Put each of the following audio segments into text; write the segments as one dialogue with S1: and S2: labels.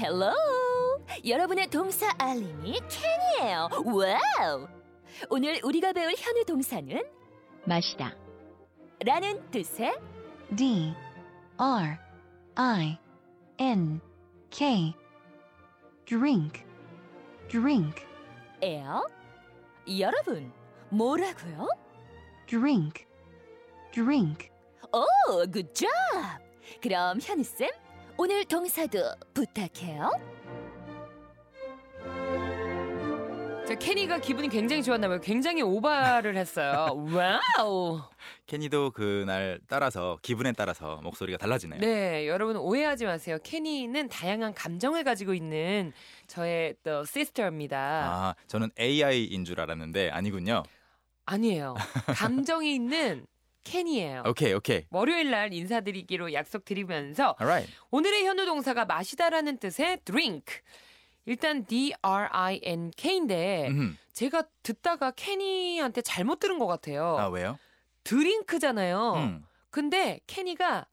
S1: 헬로 여러분의 동사 알림이 캔이에요 와우 오늘 우리가 배울 현우 동사는
S2: 마시다.
S1: 라는 뜻의
S2: D R I N K drink drink
S1: 에요 여러분 뭐라고요?
S2: drink drink
S1: 오 굿잡 Oh, 그럼 현우쌤 오늘 동사도 부탁해요
S3: 자, 케니가 기분이 굉장히 좋았나 봐요. 굉장히 오바를 했어요. 와우.
S4: 케니도 그날 따라서 기분에 따라서 목소리가 달라지네요.
S3: 네, 여러분 오해하지 마세요. 케니는 다양한 감정을 가지고 있는 저의 또 시스터입니다.
S4: 아, 저는 AI인 줄 알았는데 아니군요.
S3: 아. 니에요 감정이 있는 케니예요.
S4: 오케이, 오케이.
S3: 월요일 날 인사드리기로 약속드리면서
S4: alright.
S3: 오늘의 현우 동사가 마시다라는 뜻의 drink. 일단 D R I N K인데
S4: 음.
S3: 제가 듣다가 케니한테 잘못 들은 것 같아요.
S4: 아, 왜요?
S3: 드링크잖아요.
S4: 음.
S3: 근데 케니가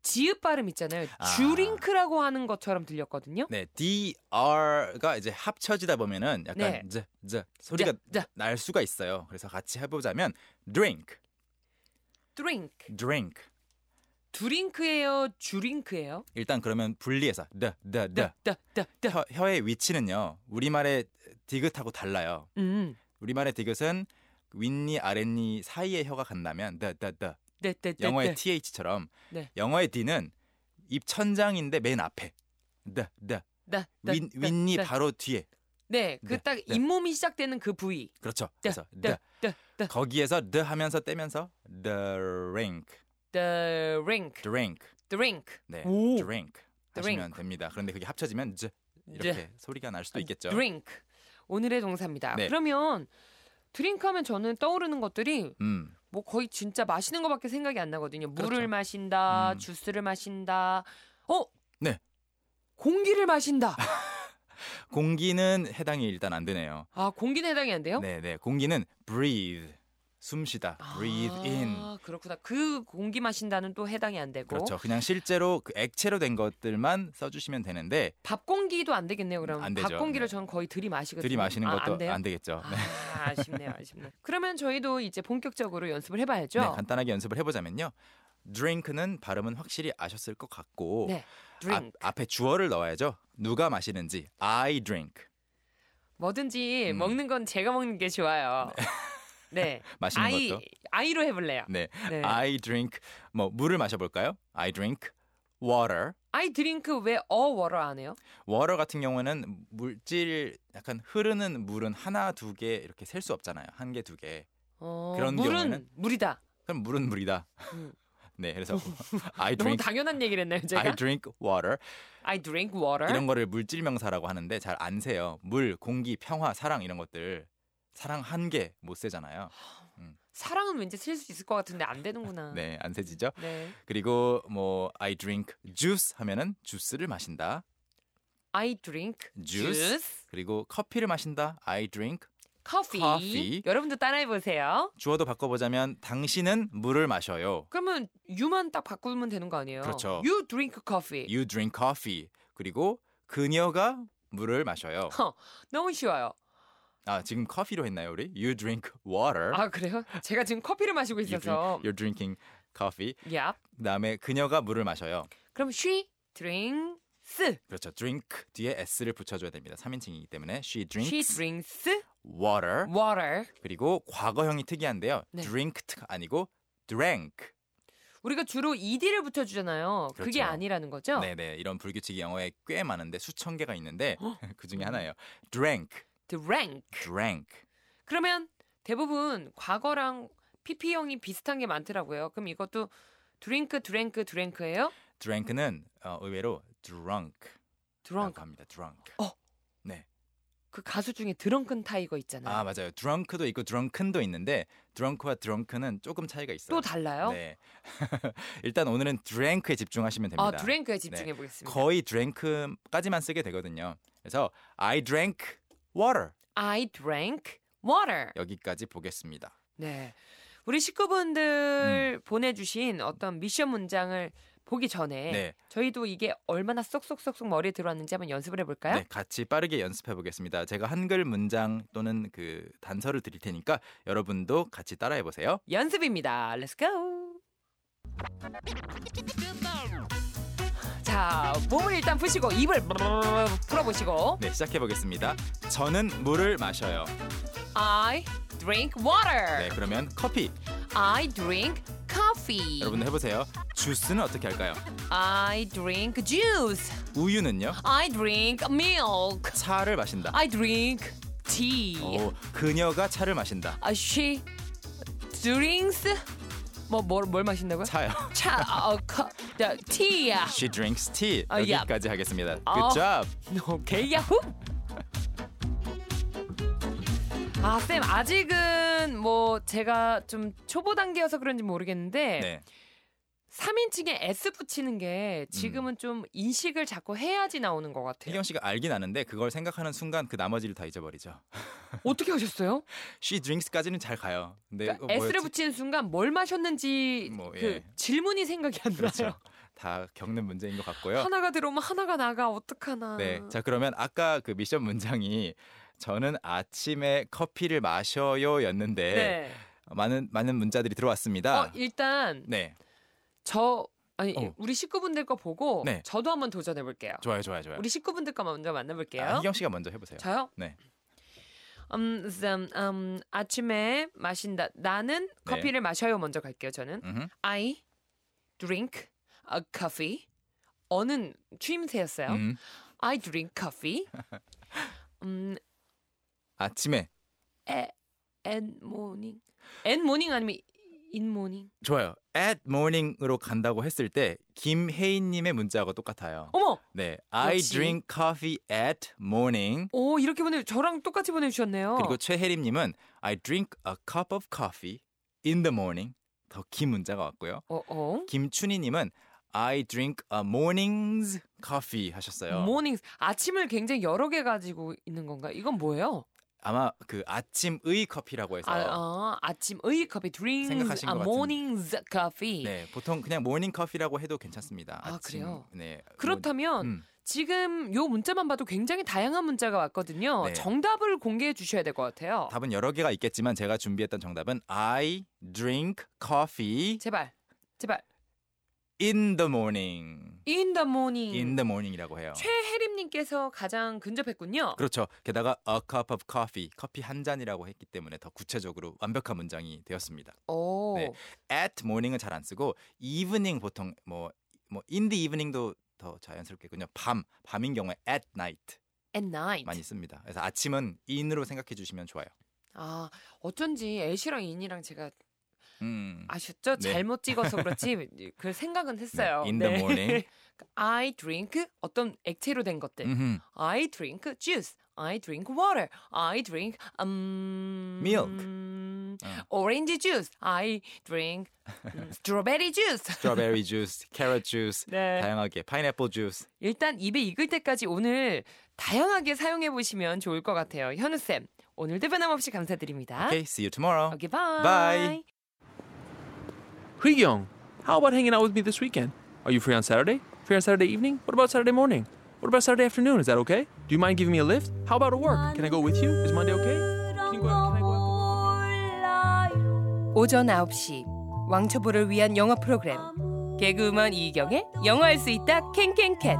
S3: 지읒 발음 있잖아요.
S4: 아.
S3: 주링크라고 하는 것처럼 들렸거든요.
S4: 네, DR가 이제 합쳐지다 보면은
S3: 네.
S4: 약간 자, 자 소리가
S3: 자, 자.
S4: 날 수가 있어요. 그래서 같이 해보자면 drink,
S3: 드링크.
S4: drink.
S3: 드링크예요, 주링크예요. 네,
S4: 일단 그러면 분리해서 드, 드, 네. 드.
S3: 더더더
S4: 혀, 혀의 위치는요. 우리말의 디귿하고 달라요.
S3: 음.
S4: 우리말의 디귿은 윗니 아랫니 사이에 혀가 간다면 드, 드, 드.
S3: 더더더
S4: 영어의 th처럼
S3: 네.
S4: 영어의 d는 입 천장인데 맨 앞에 드, 드. 윗, 윗니 바로 뒤에.
S3: 네,
S4: 네,
S3: 그 딱
S4: 네.
S3: 잇몸이 시작되는 그 부위.
S4: 그렇죠.
S3: 드,
S4: 그래서
S3: 드, 드,
S4: 드.
S3: 드.
S4: 거기에서 드 하면서 떼면서 drink,
S3: 드링크.
S4: drink.
S3: 드링크.
S4: 네,
S3: 오.
S4: drink 하시면
S3: drink.
S4: 됩니다. 그런데 그게 합쳐지면 j 이렇게 소리가 날 수도 있겠죠.
S3: 네, 아, 드링크. 오늘의 동사입니다.
S4: 네.
S3: 그러면 드링크 하면 저는 떠오르는 것들이
S4: 음,
S3: 뭐 거의 진짜 마시는 거밖에 생각이 안 나거든요. 물을
S4: 그렇죠.
S3: 마신다,
S4: 음.
S3: 주스를 마신다. 어?
S4: 네.
S3: 공기를 마신다.
S4: 공기는 해당이 일단 안 되네요.
S3: 아, 공기는 해당이 안 돼요?
S4: 네, 네, 공기는 breathe, 숨쉬다,
S3: 아,
S4: breathe in.
S3: 그렇구나. 그 공기 마신다는 또 해당이 안 되고.
S4: 그렇죠. 그냥 실제로 그 액체로 된 것들만 써주시면 되는데
S3: 밥 공기도 안 되겠네요. 그럼
S4: 안 되죠.
S3: 밥 공기를
S4: 네.
S3: 저는 거의 들이 마시거든요.
S4: 들이 마시는
S3: 아,
S4: 것도
S3: 안 돼요?
S4: 안, 되겠죠. 네.
S3: 아, 아쉽네요, 아쉽네요. 그러면 저희도 이제 본격적으로 연습을 해봐야죠.
S4: 네, 간단하게 연습을 해보자면요. drink는 발음은 확실히 아셨을 것 같고
S3: 네, drink.
S4: 앞, 앞에 주어를 넣어야죠. 누가 마시는지 I drink
S3: 뭐든지
S4: 음.
S3: 먹는 건 제가 먹는 게 좋아요. 네,
S4: 마시는
S3: 아이
S4: 것도.
S3: 아이로 해볼래요.
S4: 네,
S3: 네.
S4: I drink 뭐 물을 마셔볼까요? I drink water.
S3: 아이 드링크 왜 어워러 안 해요?
S4: water 같은 경우에는 물질 약간 흐르는 물은 하나 두 개 이렇게 셀 수 없잖아요. 한 개 두 개.
S3: 어,
S4: 그런
S3: 물은
S4: 경우에는?
S3: 물이다.
S4: 그럼 물은 물이다.
S3: 음.
S4: 네, 그래서 I
S3: 너무
S4: drink
S3: 당연한 얘기를 했나요, 제가?
S4: I drink water
S3: I drink water.
S4: 이런 거를 물질 명사라고 하는데 잘 안 세요. 물, 공기, 평화, 사랑 이런 것들 사랑 한 개 못 세잖아요.
S3: 사랑은 왠지 쓸 수 있을 것 같은데 안 되는구나.
S4: 네, 안 세지죠.
S3: 네.
S4: 그리고 뭐 I drink juice 하면은 주스를 마신다.
S3: I drink
S4: Juice.
S3: juice,
S4: 그리고 커피를 마신다. I drink
S3: coffee.
S4: Coffee.
S3: 여러분도 따라해 보세요.
S4: 주어도 바꿔보자면 당신은 물을 마셔요.
S3: 그러면 you만 딱 바꾸면 되는 거 아니에요?
S4: 그렇죠.
S3: You drink coffee.
S4: You drink coffee. 그리고 그녀가 물을 마셔요.
S3: 어, 너무 쉬워요.
S4: 아 지금 커피로 했나요 우리? You drink water.
S3: 아 그래요? 제가 지금 커피를 마시고
S4: Er? you drink,
S3: 있어서.
S4: you're drinking coffee.
S3: 야.
S4: 그다음에 그녀가 물을 마셔요.
S3: 그럼 she drinks.
S4: 그렇죠. drink 뒤에 s를 붙여줘야 됩니다. 3인칭이기 때문에 she drinks
S3: She drinks
S4: water.
S3: water.
S4: 그리고 과거형이 특이한데요.
S3: 네.
S4: drinked 아니고 drank.
S3: 우리가 주로 ed를 붙여주잖아요. 그게
S4: 그렇죠.
S3: 아니라는 거죠?
S4: 네네 이런 불규칙이 영어에 꽤 많은데 수천 개가 있는데 그 중에 하나예요. drank,
S3: drank.
S4: drank.
S3: 그러면 대부분 과거랑 PP형이 비슷한 게 많더라고요. 그럼 이것도 drink, drink, drink예요?
S4: drank는 어, 의외로 drunk라고
S3: drunk. 어.
S4: 합니다. drunk. 네.
S3: 그 가수 중에 드렁큰 타이거 있잖아요.
S4: 아 맞아요. drunk도 있고 drunken도 있는데 drunk와 drunk는 조금 차이가 있어요.
S3: 또 달라요?
S4: 네. 일단 오늘은 drank에 집중하시면 됩니다. 네.
S3: 아, 드랭크에 집중해 보겠습니다.
S4: 거의 drank까지만 쓰게 되거든요. 그래서 I drank water
S3: I drank water.
S4: 여기까지 보겠습니다. 음.
S3: 네. 우리 식구분들 보내주신 어떤 미션 문장을 보기 전에
S4: 네,
S3: 저희도 이게 얼마나 쏙쏙쏙쏙 머리에 들어왔는지 한번 연습을 해볼까요?
S4: 네, 같이 빠르게 연습해 보겠습니다. 제가 한글 문장 또는 그 단서를 드릴 테니까 여러분도 같이 따라해 보세요.
S3: 연습입니다. Let's go. 자, 몸을 일단 푸시고 입을 풀어보시고
S4: 네, 시작해 보겠습니다. 저는 물을 마셔요.
S3: I drink water.
S4: 네, 그러면 커피.
S3: I drink coffee.
S4: 여러분도 해보세요. 주스는 어떻게 할까요?
S3: I drink juice.
S4: 우유는요?
S3: I drink milk.
S4: 차를 마신다.
S3: I drink tea.
S4: 오, 그녀가 차를 마신다.
S3: 아, she drinks 뭐뭘 뭘 마신다고요?
S4: 차요.
S3: 차, 어, 커, 자, 티야.
S4: She drinks tea.
S3: 아, 야.
S4: 여기까지 하겠습니다.
S3: 아.
S4: Good job.
S3: 오케이 야호. 아쌤 아직은 뭐 제가 좀 초보 단계여서 그런지 모르겠는데
S4: 네.
S3: 3인칭에 S 붙이는 게
S4: 음.
S3: 지금은 좀 인식을 자꾸 해야지 나오는 것 같아요.
S4: 태경 씨가 알긴 아는데 그걸 생각하는 순간 그 나머지를 다 잊어버리죠.
S3: 어떻게 하셨어요?
S4: She drinks까지는 잘 가요. 근데
S3: 그러니까
S4: 이거 예, 뭐였지?
S3: S를 붙이는 순간 뭘 마셨는지
S4: 뭐,
S3: 그
S4: 예.
S3: 질문이 생각이 안
S4: 그렇죠.
S3: 나요.
S4: 다 겪는 문제인 것 같고요.
S3: 하나가 들어오면 하나가 나가 어떡하나.
S4: 네. 자 그러면 아까 그 미션 문장이 저는 아침에 커피를 마셔요였는데
S3: 네.
S4: 많은 많은 예. 문자들이 들어왔습니다.
S3: 어, 일단
S4: 네.
S3: 저 아니
S4: 어.
S3: 우리 식구분들 거 보고
S4: 네.
S3: 저도 한번 도전해 볼게요.
S4: 좋아요, 좋아요, 좋아요.
S3: 우리 식구분들 거 먼저 만나볼게요.
S4: 아, 희경 씨가 먼저 해보세요.
S3: 저요?
S4: 네.
S3: 음, 음, 음, 아침에 마신다. 나는
S4: 네.
S3: 커피를 마셔요. 먼저 갈게요. 저는
S4: 음흠.
S3: I drink a coffee. 어는 추임새였어요.
S4: 음.
S3: I drink coffee. 음,
S4: 아침에
S3: and morning. and morning 아니면 in morning.
S4: 좋아요. At morning으로 간다고 했을 때 김혜인님의 문자하고 똑같아요.
S3: 어머,
S4: 네, I
S3: 역시.
S4: drink coffee at morning.
S3: 오 이렇게 보내 저랑 똑같이 보내주셨네요.
S4: 그리고 최혜림님은 I drink a cup of coffee in the morning. 더 긴 문자가 왔고요.
S3: 어, 어.
S4: 김춘희님은 I drink a morning's coffee 하셨어요.
S3: morning 아침을 굉장히 여러 개 가지고 있는 건가? 이건 뭐예요?
S4: 아마 그 아침의 커피라고 해서
S3: 아, 아 아침의 커피 drinks
S4: 생각하신
S3: 아,
S4: 것 같은-
S3: morning's coffee.
S4: 네 보통 그냥 모닝 커피라고 해도 괜찮습니다.
S3: 아, 그래요?
S4: 네
S3: 그렇다면
S4: 뭐, 음,
S3: 지금 요 문자만 봐도 굉장히 다양한 문자가 왔거든요.
S4: 네.
S3: 정답을 공개해 주셔야 될 것 같아요.
S4: 답은 여러 개가 있겠지만 제가 준비했던 정답은 I drink coffee
S3: 제발, 제발.
S4: in the morning.
S3: In the morning.
S4: in the morning이라고 해요.
S3: 최혜림님께서 가장 근접했군요.
S4: 그렇죠. 게다가 a cup of coffee, 커피 한 잔이라고 했기 때문에 더 구체적으로 완벽한 문장이 되었습니다.
S3: 오,
S4: 네. At morning은 잘 안 쓰고 evening 보통 뭐, 뭐 in the evening도 더 자연스럽겠군요. 밤, 밤인 경우에 at night
S3: at night.
S4: 많이 씁니다. 그래서 아침은 in으로 생각해 주시면 좋아요.
S3: 아, 어쩐지 애시랑 인이랑 제가
S4: 음.
S3: 아셨죠?
S4: 네.
S3: 잘못 찍어서 그렇지 그 생각은 했어요.
S4: 네, in the morning.
S3: I drink 어떤 액체로 된 것들.
S4: 음흠.
S3: I drink juice. I drink water. I drink um 음,
S4: Milk. 어.
S3: orange juice. I drink 음, strawberry juice.
S4: strawberry juice, carrot juice,
S3: 네.
S4: 다양하게 pineapple juice.
S3: 일단 입에 익을 때까지 오늘 다양하게 사용해 보시면 좋을 것 같아요. 현우 쌤, 오늘도 변함없이 감사드립니다.
S4: Okay, see you tomorrow.
S3: Okay, bye.
S4: Bye.
S5: Young, how about hanging out with me this weekend? Are you free on Saturday? Free on Saturday evening? What about Saturday morning? What about Saturday afternoon? Is that okay? Do you mind giving me a lift? How about at work? Can I go with you? Is Monday okay? Can you go out? Can I go out?
S6: 오전 9시 왕초보를 위한 영어 프로그램 개그우먼 이경의 영어할 수 있다 캔캔캔